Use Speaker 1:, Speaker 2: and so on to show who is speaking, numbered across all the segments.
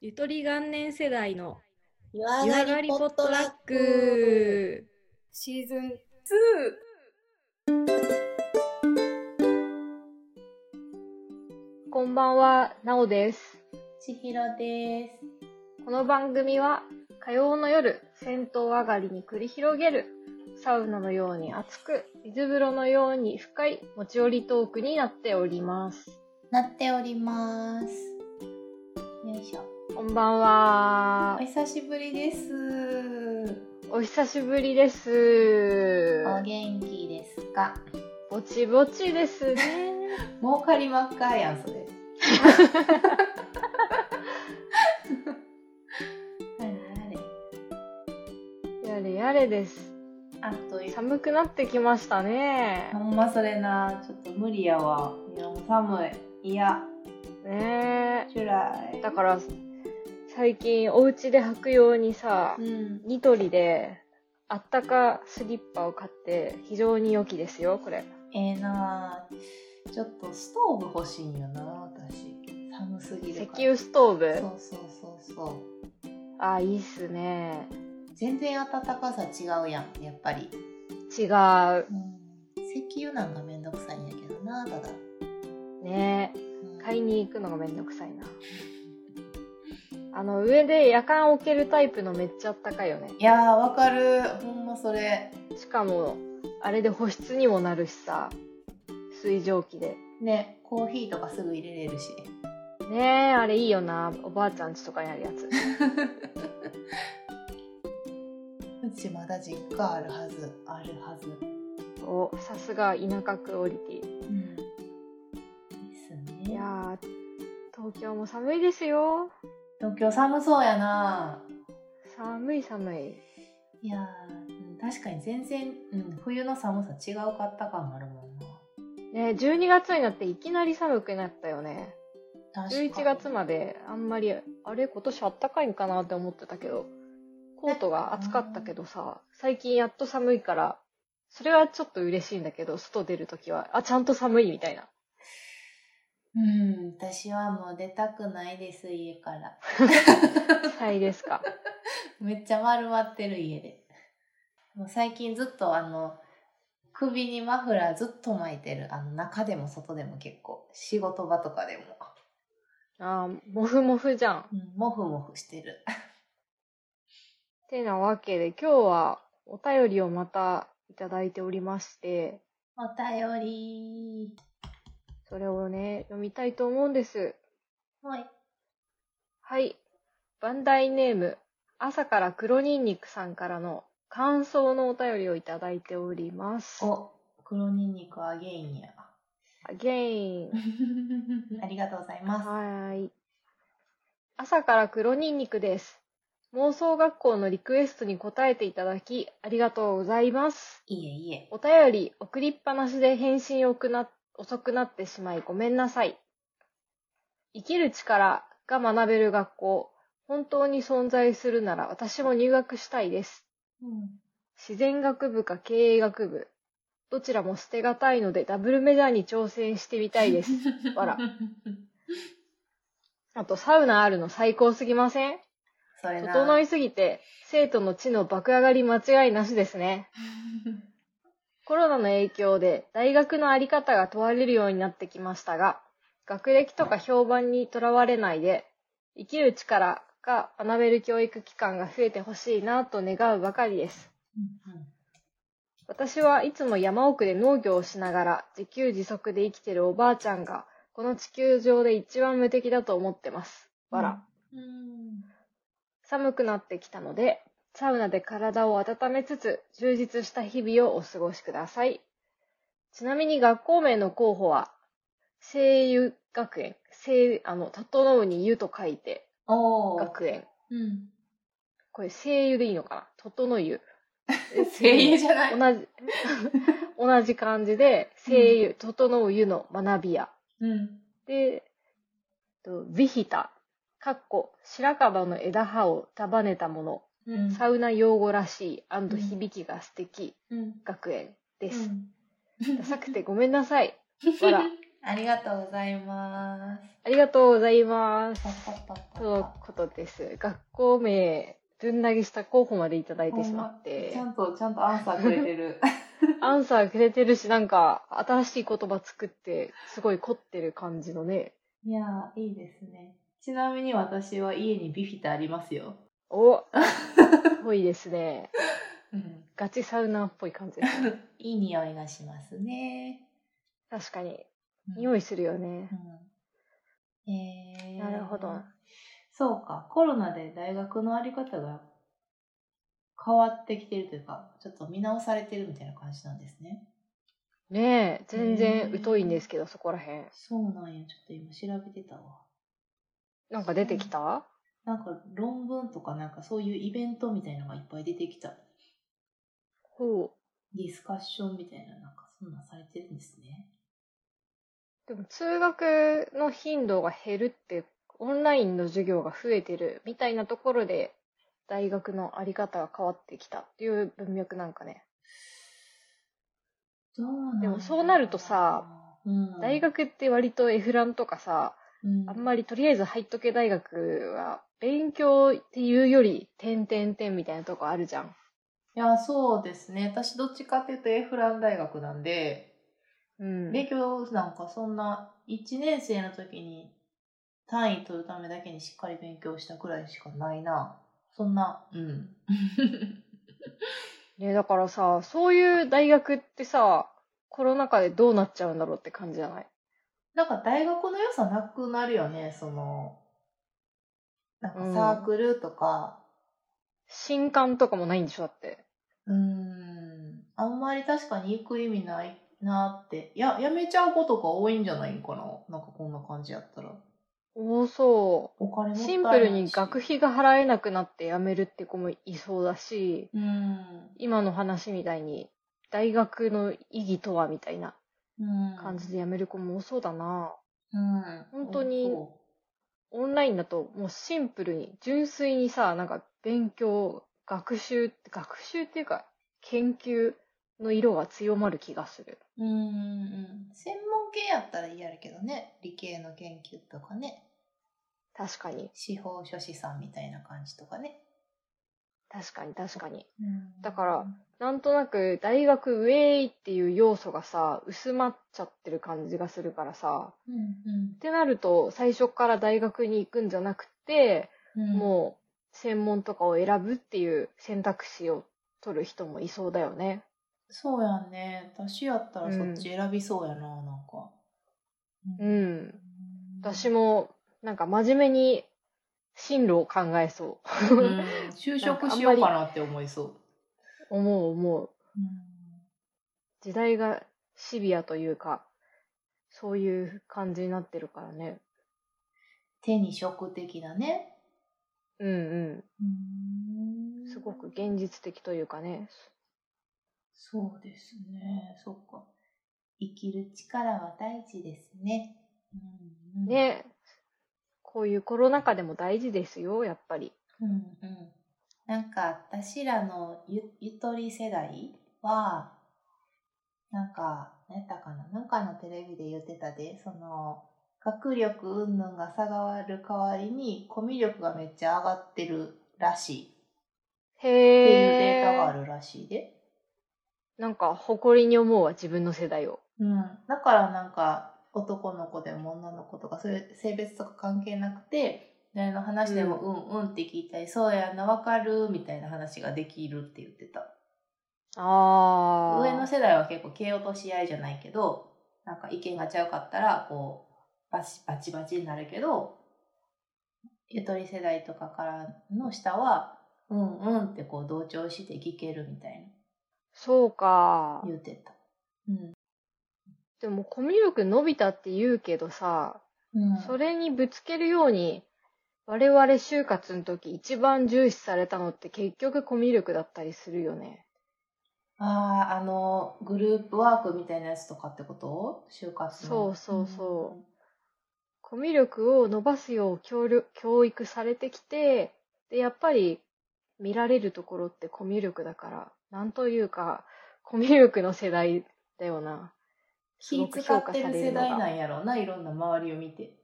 Speaker 1: ゆとり元年世代の
Speaker 2: 湯上
Speaker 1: 湯上
Speaker 2: が
Speaker 1: が
Speaker 2: り
Speaker 1: り
Speaker 2: ポ
Speaker 1: ポ
Speaker 2: ッ
Speaker 1: ッ
Speaker 2: ト
Speaker 1: ト
Speaker 2: ラ
Speaker 1: ラ
Speaker 2: ッ
Speaker 1: ッ
Speaker 2: ク。
Speaker 1: ク。
Speaker 3: シーズン2
Speaker 4: こんばんは、なおです。
Speaker 2: ちひろです。
Speaker 4: この番組は、火曜の夜、銭湯上がりに繰り広げる、サウナのように熱く、水風呂のように深い持ち寄りトークになっております。
Speaker 2: なっております。よいしょ。
Speaker 4: こんばんは
Speaker 2: お。久しぶりです。
Speaker 4: お久しぶりです。
Speaker 2: お元気ですか
Speaker 4: ぼちぼちですね。
Speaker 2: 儲かりまっかやん、それ。あれあれ
Speaker 4: やれやれです。
Speaker 2: あっという
Speaker 4: 寒くなってきましたね。
Speaker 2: ほんまそれな、ちょっと無理やわ。いや、もう寒い。いや、
Speaker 4: ね
Speaker 2: 辛
Speaker 4: え。
Speaker 2: い。
Speaker 4: だから、最近お家で履くようにさ、
Speaker 2: うん。
Speaker 4: ニトリであったかスリッパを買って非常に良きですよこれ
Speaker 2: ええなあちょっとストーブ欲しいんよな私寒すぎ
Speaker 4: 石
Speaker 2: るから
Speaker 4: 油ストーブ
Speaker 2: そうそうそうそう
Speaker 4: あいいっすね
Speaker 2: 全然暖かさ違うやんやっぱり、
Speaker 4: 違う
Speaker 2: うん、石油なんかめんどくさいんやけどなただ、
Speaker 4: ね
Speaker 2: うん
Speaker 4: 買いに行くのがめんどくさいなあの上で夜間置けるタイプのめっちゃあったかいよね
Speaker 2: いやーわかるほんまそれ
Speaker 4: しかもあれで保湿にもなるしさ水蒸気で
Speaker 2: ねコーヒーとかすぐ入れれるし
Speaker 4: ねえあれいいよなおばあちゃん家とかにあるやつ
Speaker 2: うちまだ実家あるはずあるはず
Speaker 4: おさすが田舎クオリティ
Speaker 2: うんです
Speaker 4: い
Speaker 2: ね
Speaker 4: やー東京も寒いですよ
Speaker 2: 東京寒そうやな
Speaker 4: 寒い寒い
Speaker 2: いやーうん確かに全然、うん、冬の寒さ違うかった感があるもんな
Speaker 4: ね12月になっていきなり寒くなったよね
Speaker 2: 確かに
Speaker 4: 11月まであんまりあれ今年あったかいんかなって思ってたけどコートが暑かったけどさ最近やっと寒いからそれはちょっと嬉しいんだけど外出るときはあちゃんと寒いみたいな
Speaker 2: うん私はもう出たくないです家から
Speaker 4: 才ですか
Speaker 2: めっちゃ丸まってる家でもう最近ずっとあの首にマフラーずっと巻いてるあの中でも外でも結構仕事場とかでも、
Speaker 4: あーもふもふじゃん
Speaker 2: うん、モフモフしてる
Speaker 4: てなわけで今日はお便りをまたいただいておりまして
Speaker 2: お便り
Speaker 4: それをね読みたいと思うんです
Speaker 2: はい
Speaker 4: はい。バンダイネーム、朝から黒ニンニクさんからの感想のお便りをいただいております。
Speaker 2: お黒ニンニクアゲイ ンや
Speaker 4: アゲイン。
Speaker 2: ありがとうございます
Speaker 4: はーい。朝から黒ニンニクです。妄想学校のリクエストに答えていただき、ありがとうございます。
Speaker 2: いえいえ
Speaker 4: お便り送りっぱなしで返信をくな遅くなってしまいごめんなさい。生きる力が学べる学校、本当に存在するなら私も入学したいです。
Speaker 2: うん
Speaker 4: 自然学部か経営学部。どちらも捨てがたいのでダブルメジャーに挑戦してみたい です。あらあとサウナあるの最高すぎません
Speaker 2: それな
Speaker 4: 整いすぎて生徒の知の爆上がり間違いなしですね。コロナの影響で大学のあり方が問われるようになってきましたが、学歴とか評判にとらわれないで、生きる力が学べる教育機関が増えてほしいなと願うばかりです。
Speaker 2: うんうん
Speaker 4: 私はいつも山奥で農業をしながら自給自足で生きてるおばあちゃんがこの地球上で一番無敵だと思ってます。わら。
Speaker 2: うん
Speaker 4: 寒くなってきたので、サウナで体を温めつつ充実した日々をお過ごしください。ちなみに学校名の候補は、声優学園、声、あの、整うに湯と書いて
Speaker 2: おー
Speaker 4: 学園。
Speaker 2: うん。
Speaker 4: これ声優でいいのかな整う湯。
Speaker 2: 声優じゃない。
Speaker 4: 同じ、 同じ感じで、声優、整う湯の学び屋。
Speaker 2: うん。
Speaker 4: で、とビヒタ、かっこ、白樺の枝葉を束ねたもの、
Speaker 2: うん
Speaker 4: サウナ用語らし
Speaker 2: ん
Speaker 4: い響きが素敵、
Speaker 2: うん。
Speaker 4: 学園です。
Speaker 2: うん
Speaker 4: ダサくてごめんなさい。わら。
Speaker 2: ありがとうございま
Speaker 4: ありがとうございます。
Speaker 2: す。パッパッパッパッパ
Speaker 4: とのことです。学校名、ぶん投げした候補までいただいてしまって
Speaker 2: ちゃ、んと、ちゃんとアンサーくれてる。
Speaker 4: アンサーくれてるし、なんか、新しい言葉作って、すごい凝ってる感じのね。
Speaker 2: いやー、いいですね。ちなみに私は家にビフィタありますよ。
Speaker 4: おぽいですね。
Speaker 2: うん。
Speaker 4: ガチサウナーっぽい感じですね。
Speaker 2: いい匂いがしますね。
Speaker 4: 確かに。
Speaker 2: うん
Speaker 4: 匂いするよね。
Speaker 2: うんえー
Speaker 4: なるほど。
Speaker 2: そうか、コロナで大学のあり方が変わってきてるというか、ちょっと見直されてるみたいな感じなんですね。
Speaker 4: ねえ、全
Speaker 2: う
Speaker 4: 然
Speaker 2: ん
Speaker 4: 疎いんですけど、そこら辺。
Speaker 2: そうなんや、ちょっと今調べてたわ。
Speaker 4: なんか出てきた
Speaker 2: なんか論文とかなんかそういうイベントみたいなのがいっぱい出てきた。
Speaker 4: ほ
Speaker 2: ディスカッションみたいな、なんかそんなんされてるんですね。
Speaker 4: う。でも、通学の頻度が減るって、オンラインの授業が増えてるみたいなところで、大学のあり方が変わってきたっていう文脈なんかね。
Speaker 2: どうなんやろ
Speaker 4: でもそうなるとさ、
Speaker 2: うん、
Speaker 4: 大、学って割とエフランとかさ、
Speaker 2: うん、
Speaker 4: あんまりとりあえず入っとけ大学は、勉強っていうより、点々点みたいなとこあるじゃん。
Speaker 2: いや、そうですね。私どっちかっていうとエフラン大学なんで、
Speaker 4: うん。
Speaker 2: 勉強なんかそんな1年生の時に単位取るためだけにしっかり勉強したくらいしかないな。そんな、うん。
Speaker 4: ね、だからさ、そういう大学ってさ、コロナ禍でどうなっちゃうんだろうって感じじゃない
Speaker 2: なんか大学の良さなくなるよね、その、なんかサークルとか、
Speaker 4: 新刊とかもないんでしょだって。
Speaker 2: うーん、あんまり確かに行く意味ないなって。いや、やめちゃう子とか多いんじゃないんかななんかこんな感じやったら。
Speaker 4: 多そ
Speaker 2: お金も
Speaker 4: う。
Speaker 2: ったいないし
Speaker 4: シンプルに学費が払えなくなって辞めるって子もいそうだし、
Speaker 2: うん。
Speaker 4: 今の話みたいに、大学の意義とはみたいな
Speaker 2: うん。
Speaker 4: 感じで辞める子も多そうだな。
Speaker 2: うん。
Speaker 4: 本当に
Speaker 2: そう
Speaker 4: オンラインだともうシンプルに、純粋にさ、なんか勉強、学習、学習っていうか、研究の色が強まる気がする。
Speaker 2: うんうんうん専門系やったら嫌やけどね理系の研究とかね
Speaker 4: 確かに。
Speaker 2: 司法書士さんみたいな感じとかね、
Speaker 4: 確かに確かに。
Speaker 2: うん
Speaker 4: だからなんとなく大学ウェイっていう要素がさ、薄まっちゃってる感じがするからさ、
Speaker 2: うんうん
Speaker 4: ってなると最初から大学に行くんじゃなくて、
Speaker 2: うん
Speaker 4: もう専門とかを選ぶっていう選択肢を取る人もいそうだよね。
Speaker 2: そうやんね私やったらそっち選びそうやな、なんか
Speaker 4: うん。私
Speaker 2: も、
Speaker 4: もなんか真面目に進路を考えそ
Speaker 2: うん 就職しようかなって思いそう
Speaker 4: う。思う思う。
Speaker 2: う
Speaker 4: 時代がシビアというか、そういう感じになってるからね。
Speaker 2: ん手に職的なね
Speaker 4: うんうん。
Speaker 2: うん
Speaker 4: すごく現実的というかね。
Speaker 2: そうですねそっか生きる力は大事ですね、うんうん、
Speaker 4: ね、こういうコロナ禍でも大事ですよ、やっぱり。
Speaker 2: うんうん、なんか私らのゆゆとり世代はなんか何やったかななんかのテレビで言ってたでその学力云々が下がる代わりにコミュ力がめっちゃ上がってるらしい
Speaker 4: へ
Speaker 2: っていう
Speaker 4: え。
Speaker 2: データがあるらしいで、
Speaker 4: なんか誇りに思うわ、自分の世代を。
Speaker 2: うん、だからなんか男の子でも女の子とかそういう性別とか関係なくて誰の話でもうんうんって聞いたり、そうやなわかるみたいな話ができるって言ってた。
Speaker 4: ああ。
Speaker 2: 上の世代は結構蹴落とし合いじゃないけどなんか意見がちゃうかったらこうバチバチバチになるけどゆとり世代とかからの下はうんうんってこう同調して聞けるみたい
Speaker 4: そうか
Speaker 2: な。言うてた。うん
Speaker 4: でもコミュ力伸びたって言うけどさ、
Speaker 2: うん、
Speaker 4: それにぶつけるように、我々就活の時一番重視されたのって結局コミュ力だったりするよね。
Speaker 2: あああのグループワークみたいなやつとかってこと就活の
Speaker 4: そうそうそうコミュ力を伸ばすよう教力教育されてきてでやっぱり見られるところってコミュ力だからなんというかコミュ力の世代だよなすご
Speaker 2: 気
Speaker 4: く
Speaker 2: 使
Speaker 4: 評
Speaker 2: っ
Speaker 4: 価
Speaker 2: て
Speaker 4: さ
Speaker 2: る
Speaker 4: れる
Speaker 2: 世
Speaker 4: の
Speaker 2: 代な
Speaker 4: が。
Speaker 2: んやろうな、いろんな周りを見て。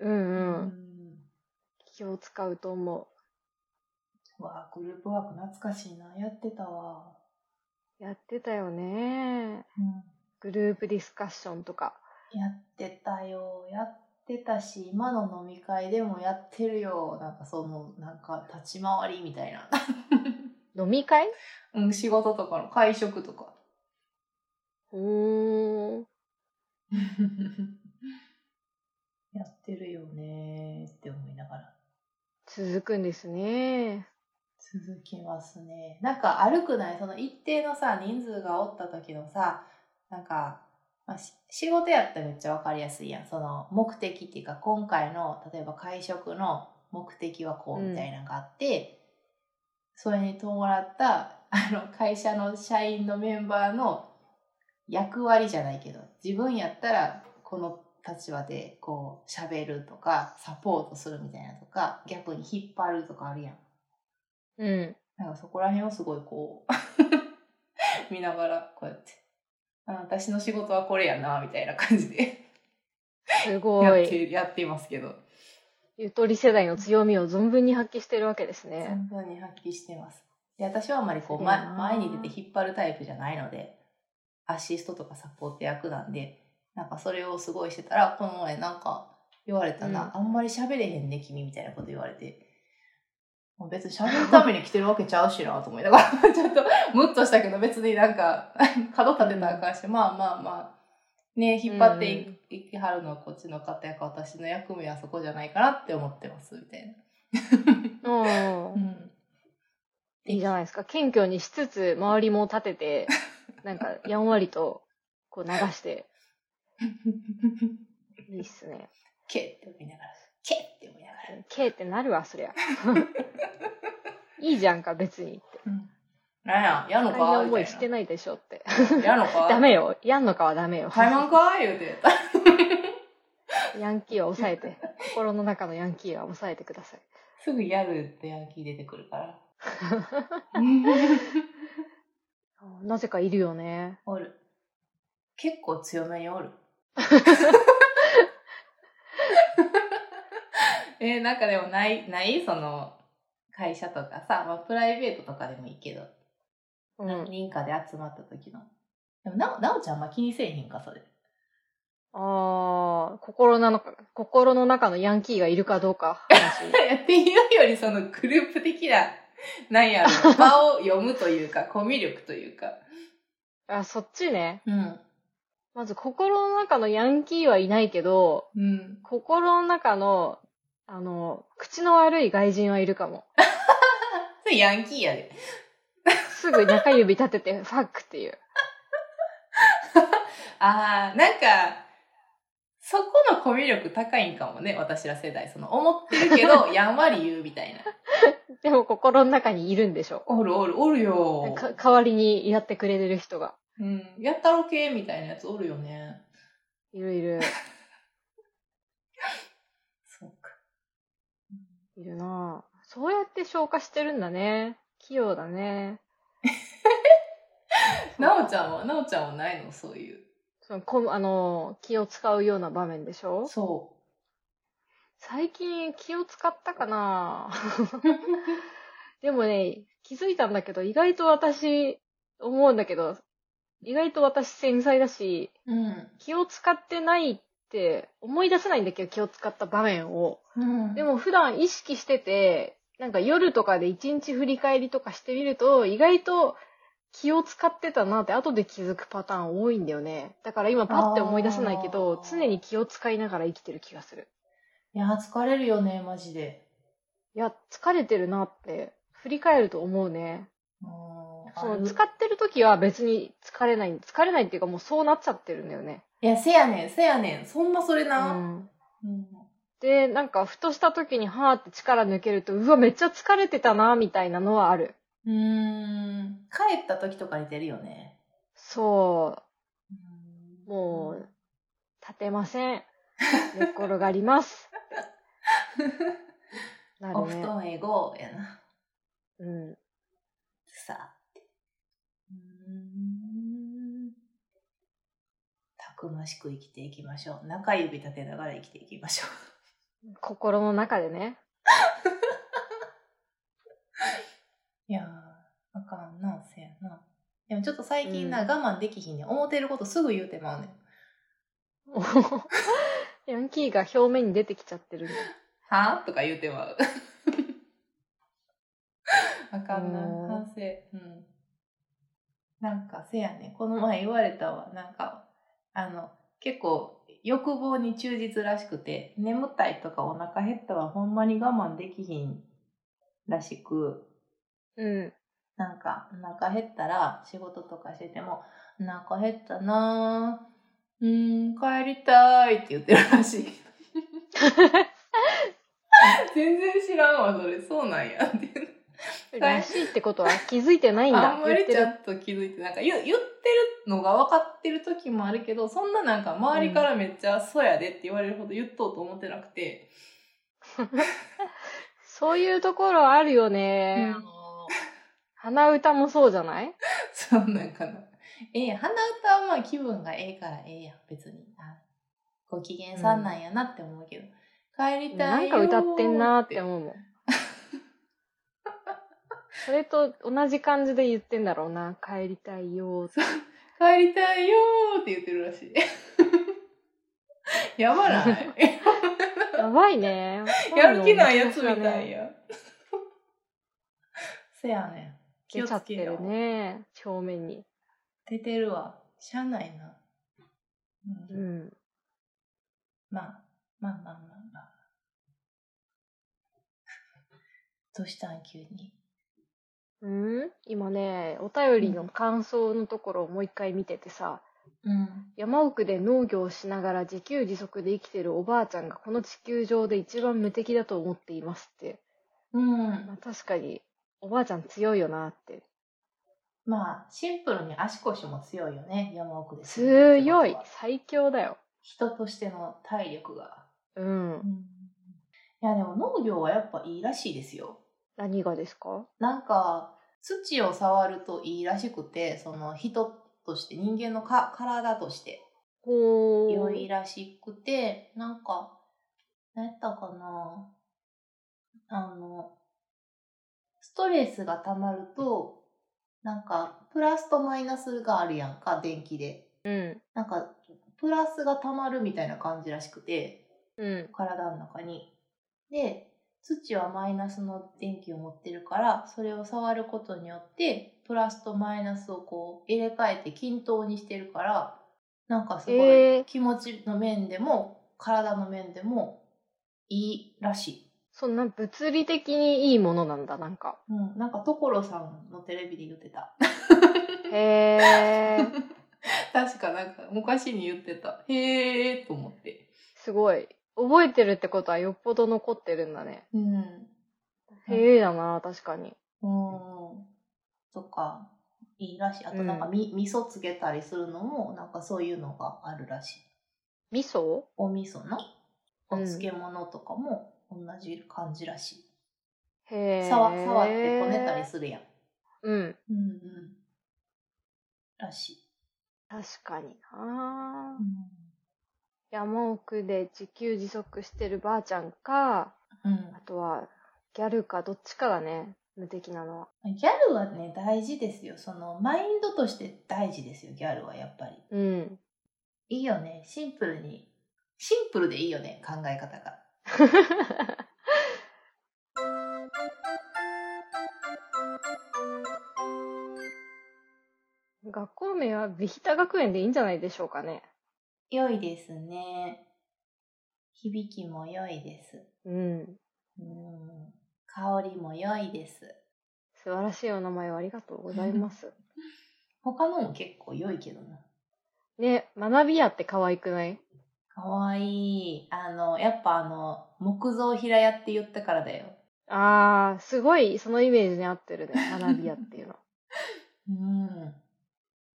Speaker 4: う
Speaker 2: うん
Speaker 4: うん。気を使うと思
Speaker 2: わあ、グループワーク懐かしいな。やってたわ。
Speaker 4: う。やってたよね。
Speaker 2: うん、
Speaker 4: グループディスカッションとか。
Speaker 2: やってたよ。やってたし、今の飲み会でもやってるよ。なんかその、なんか立ち回りみたいな。
Speaker 4: 飲み会
Speaker 2: うん、仕事とかの会食 とか。
Speaker 4: おー。
Speaker 2: やってるよねーって思いながら。
Speaker 4: 続くんですね。
Speaker 2: 続きますね。なんか歩くないその一定のさ、人数がおった時のさ、なんか、まあ、し仕事やったらめっちゃわかりやすいやん。その目的っていうか、今回の、例えば会食の目的はこうみたいなのがあって、それに伴った、あの、会社の社員のメンバーの役割じゃないけど、自分やったらこの立場でこう喋るとか、サポートするみたいなとか、逆に引っ張るとかあるやん。
Speaker 4: うん。
Speaker 2: なんかそこら辺をすごいこう 見ながらこうやってあ私の仕事はこれやなみたいな感じで
Speaker 4: す
Speaker 2: や
Speaker 4: ご
Speaker 2: っ
Speaker 4: い。
Speaker 2: てやっていますけど
Speaker 4: ゆとり世代の強みを存分に発揮してるわけですね。
Speaker 2: 存分に発揮してますで私はあんまりこう、
Speaker 4: そうやな
Speaker 2: ま、前に出て引っ張るタイプじゃないのでアシストとかサポート役なんでなんかそれをすごいしてたらこの前なんか言われたな、あんまり喋れへんね君みたいなこと言われてもう別に喋るために来てるわけちゃうしなと思いながら ちょっとムッとしたけど別になんか 角立てたらあかんし、まあまあまあね引っ張ってい,、きはるのはこっちの方やから私の役目はそこじゃないかなって思ってますみたいな。
Speaker 4: うん。
Speaker 2: ん
Speaker 4: いいじゃないですか。謙虚にしつつ、周りも立て て、なんか、やんわりと、こう流して、いいっすね。
Speaker 2: けって思いながら、けって思いなが
Speaker 4: けーってなるわ、 そりゃ。いいじゃんか、別にって。
Speaker 2: ら。なんや、やんの
Speaker 4: 大変な
Speaker 2: か
Speaker 4: 思い
Speaker 2: み
Speaker 4: してないでしょって。
Speaker 2: たいな。やんのか
Speaker 4: ダメよ。やんのかはダメよ。
Speaker 2: 買い物か言うて。
Speaker 4: ヤンキーは抑えて。心の中のヤンキーは抑えてください。
Speaker 2: すぐやるってヤンキー出てくる から。
Speaker 4: なぜかいるよね。
Speaker 2: おる。結構強めに おる。えーなんかでもない、ないその、会社とかさ、まあプライベートとかでもいいけど、
Speaker 4: う
Speaker 2: 何
Speaker 4: ん。
Speaker 2: 人かで集まった時の。でもなお、なおちゃんあんま気にせえへんか、それ。
Speaker 4: ああ、心なのか、心の中のヤンキーがいるかどうか話。
Speaker 2: いやっていうよりそのグループ的な、なんやろ、場を読むというか、コミュ力というか。
Speaker 4: あ、そっちね。
Speaker 2: うん。
Speaker 4: まず心の中のヤンキーはいないけど、
Speaker 2: うん。
Speaker 4: 心の中の、あの、口の悪い外人はいるかも。
Speaker 2: それヤンキーやで。
Speaker 4: すぐ中指立て て、ファックっていう。
Speaker 2: ああ、なんか、そこのコミュ力高いんかもね、私ら世代。その、思ってるけ ど、やんわり言うみたいな。
Speaker 4: でも心の中にいるんでしょ。
Speaker 2: おるおる、おるよ
Speaker 4: か代わりにやってくれてる人が。
Speaker 2: うん。やったろけみたいなやつおるよね。
Speaker 4: いるいる。
Speaker 2: そうか。
Speaker 4: いるなぁそうやって消化してるんだね。器用だ ね。
Speaker 2: なおちゃんは、なおちゃんはないのそういう。
Speaker 4: そのこあの、気を使うような場面でしょ
Speaker 2: そ
Speaker 4: 最近気を使ったかなぁ でもね、気づいたんだけど、意外と私、思うんだけど、意外と私繊細だし、
Speaker 2: う。うん。
Speaker 4: 気を使ってないって思い出せないんだけど、気を使った場面を。
Speaker 2: うん
Speaker 4: でも普段意識してて、なんか夜とかで一日振り返りとかしてみると、意外と気を使ってたなって後で気づくパターン多いんだよね。だから今パッて思い出せないけど
Speaker 2: あ、ー
Speaker 4: 常に気を使いながら生きてる気がする。
Speaker 2: いや、疲れるよね、マジで。
Speaker 4: いや、疲れてるなって、振り返ると思うね。
Speaker 2: うん
Speaker 4: そ
Speaker 2: あ
Speaker 4: の
Speaker 2: る
Speaker 4: 使ってる時は別に疲れない、疲れないっていうかもうそうなっちゃってるんだよね。
Speaker 2: いや、せやねん、せやねん。そんなそれ
Speaker 4: う
Speaker 2: な。
Speaker 4: ん。
Speaker 2: うん。
Speaker 4: で、なんかふとした時にはーって力抜けると、うわ、めっちゃ疲れてたな、みたいなのはある。
Speaker 2: うーん。帰った時とかに出るよね。
Speaker 4: そう。
Speaker 2: うん
Speaker 4: もう、立てません。寝っ転がり ます。な
Speaker 2: お
Speaker 4: る
Speaker 2: 布
Speaker 4: ね。
Speaker 2: 団へゴーやな。
Speaker 4: うん。
Speaker 2: さあ。うーん。たくましく生きていきましょう。中指立てながら生きていきましょ
Speaker 4: 心の中でね。
Speaker 2: う。いやー、あかんな、せやな。でもちょっと最近な、
Speaker 4: うん
Speaker 2: 我慢できひんねん。思ってることすぐ言うてまうねん。
Speaker 4: おーヤンキーが表面に出てきちゃってるんだ。
Speaker 2: はぁとか言うてまう。 あかんな、
Speaker 4: うん
Speaker 2: 反省。うん。なんか、せやね、この前言われたわ。なんか、あの、結構、欲望に忠実らしくて、眠たいとかお腹減ったはほんまに我慢できひんらしく、
Speaker 4: うん。
Speaker 2: なんか、お腹減ったら、仕事とかしてても、お腹減ったなぁ、うーん、帰りたいって言ってるらしい。 全然知らんわ、それ。そうなんや。って
Speaker 4: らしいってことは気づいてないんだ。
Speaker 2: あんまりち
Speaker 4: 言
Speaker 2: ゃ
Speaker 4: って
Speaker 2: んと気づいて、なんか言う言ってるのが分かってる時もあるけど、そんななんか周りからめっちゃ、そうやでって言われるほど言っとうと思ってなくて。
Speaker 4: るそういうところあるよね。
Speaker 2: う
Speaker 4: あ
Speaker 2: ん
Speaker 4: の鼻歌もそうじゃない
Speaker 2: そうなんかな。ええやん鼻歌はまあ気分がええからええやん、別に。あご機嫌さんなんやなって思うけど。帰り
Speaker 4: な
Speaker 2: たい
Speaker 4: ん
Speaker 2: よー
Speaker 4: か歌ってんなーって思うもん。それと同じ感じで言ってんだろうな。帰りたいよーって。
Speaker 2: 帰りたいよーって言ってるらしい。 やば ない
Speaker 4: やばいね。
Speaker 2: やる気ないやつみたい。や。 せやねん。気
Speaker 4: 出
Speaker 2: を
Speaker 4: ちゃ
Speaker 2: つ
Speaker 4: っ
Speaker 2: け
Speaker 4: て
Speaker 2: よ
Speaker 4: る
Speaker 2: う。
Speaker 4: ね。表面に。
Speaker 2: 出てるわ。しゃあないな。う
Speaker 4: うんん。
Speaker 2: まあ、まあまあまあまあ。 どうしたん急に。
Speaker 4: うん今ね、お便りの感想のところをもう一回見ててさ、
Speaker 2: うん。
Speaker 4: 山奥で農業をしながら自給自足で生きてるおばあちゃんがこの地球上で一番無敵だと思っていますって。
Speaker 2: うん
Speaker 4: まあ、。確かに、おばあちゃん強いよなって。
Speaker 2: まあ、シンプルに足腰も強いよね、山奥です。
Speaker 4: 強い最強だよ。
Speaker 2: 人としての体力が。
Speaker 4: うん。
Speaker 2: いや、でも農業はやっぱいいらしいですよ。
Speaker 4: 何がですか
Speaker 2: なんか、土を触るといいらしくて、その人として、人間のか体として
Speaker 4: ほ
Speaker 2: 良
Speaker 4: ー
Speaker 2: いらしくて、なんか、何やったかなあの、ストレスが溜まると、なんか、プラスとマイナスがあるやんか、電気で。
Speaker 4: うん。
Speaker 2: なんか、プラスが溜まるみたいな感じらしくて、
Speaker 4: うん。
Speaker 2: 体の中に。で、土はマイナスの電気を持ってるから、それを触ることによって、プラスとマイナスをこう入れ替えて均等にしてるから、なんかすご
Speaker 4: え
Speaker 2: い
Speaker 4: ー
Speaker 2: 気持ちの面でも、体の面でもいいらしい。
Speaker 4: そんな物理的にいいものなんだ、なんか。
Speaker 2: うん、なんか所さんのテレビで言ってた。
Speaker 4: へー。
Speaker 2: 確かなんか昔に言ってた。へえーと思って。
Speaker 4: すごい。覚えてるってことはよっぽど残ってるんだね。
Speaker 2: うん。
Speaker 4: へえだな、確かに。
Speaker 2: うん。とか、いいらしい。あとなんか
Speaker 4: うん
Speaker 2: み、味噌つけたりするのも、なんかそういうのがあるらしい。
Speaker 4: 味噌
Speaker 2: お味噌のお
Speaker 4: うん
Speaker 2: 漬物とかも同じ感じらしい。
Speaker 4: へえ。
Speaker 2: さわ触ってこねたりするやん。
Speaker 4: うん。
Speaker 2: うんうん。らしい。
Speaker 4: 確かにな
Speaker 2: う。ん。
Speaker 4: 山奥で自給自足してるばあちゃんか、あとはギャルかどっちかだね。無敵なのは。
Speaker 2: ギャルはね、大事ですよ。その、マインドとして大事ですよ、ギャルはやっぱり。
Speaker 4: うん。
Speaker 2: いいよね、シンプルに。シンプルでいいよね、考え方が。
Speaker 4: 学校名はビヒタ学園でいいんじゃないでしょうかね。
Speaker 2: 良いですね。響きも良いです。
Speaker 4: うん。
Speaker 2: うん。香りも良いです。
Speaker 4: 素晴らしいお名前をありがとうございます。
Speaker 2: 他のも結構良いけどな。
Speaker 4: ね、学び屋って可愛くない
Speaker 2: かわいい。あの、やっぱあの、木造平屋って言ったからだよ。
Speaker 4: あー、すごい、そのイメージに合ってるね。学び屋っていうの。
Speaker 2: うん。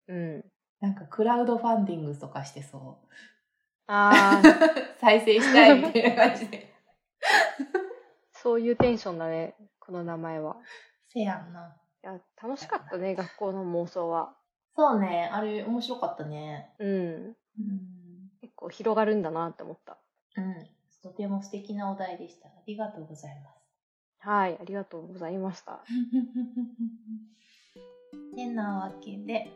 Speaker 4: うん。
Speaker 2: なんかクラウドファンディングとかしてそう。
Speaker 4: あー、
Speaker 2: 再生したいみたいな感じで。
Speaker 4: そういうテンションだね。この名前は。
Speaker 2: せやんな。
Speaker 4: いや、楽しかったね、学校の妄想は。
Speaker 2: そうね。あれ面白かったね。
Speaker 4: うん。
Speaker 2: うん。
Speaker 4: こう広がるんだなって思った。
Speaker 2: うん。とても素敵なお題でした。ありがとうございます。
Speaker 4: はい、ありがとうございました。
Speaker 2: てなわけで、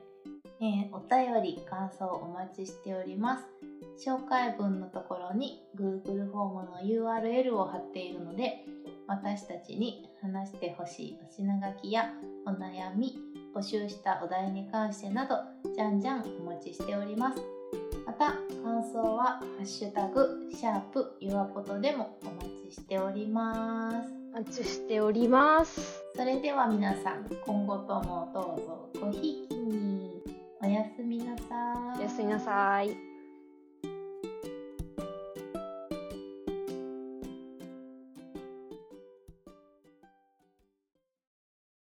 Speaker 2: えーお便り感想お待ちしております紹介文のところに Google フォームの URL を貼っているので私たちに話してほしいお品書きやお悩み募集したお題に関してなどじゃんじゃんお待ちしておりますまた感想は「ハッシュタグシャープゆわぽと」でもお待ちしております
Speaker 4: お待ちしております。
Speaker 2: それでは皆さん今後ともどうぞごひいきにおやすみなさーい
Speaker 4: おやすみなさい。